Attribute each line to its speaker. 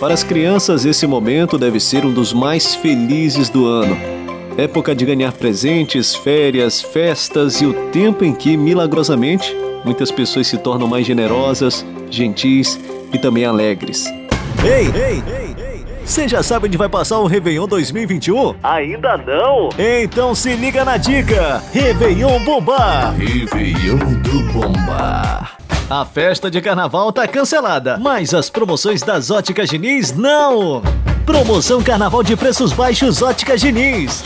Speaker 1: Para as crianças, esse momento deve ser um dos mais felizes do ano. Época de ganhar presentes, férias, festas e o tempo em que, milagrosamente, muitas pessoas se tornam mais generosas, gentis e também alegres.
Speaker 2: Ei, ei, ei, ei! Você já sabe onde vai passar o Réveillon 2021?
Speaker 3: Ainda não?
Speaker 2: Então se liga na dica: Réveillon Bombar!
Speaker 4: Réveillon do Bombar.
Speaker 2: A festa de carnaval tá cancelada, mas as promoções das óticas Diniz não! Promoção Carnaval de Preços Baixos Óticas Diniz.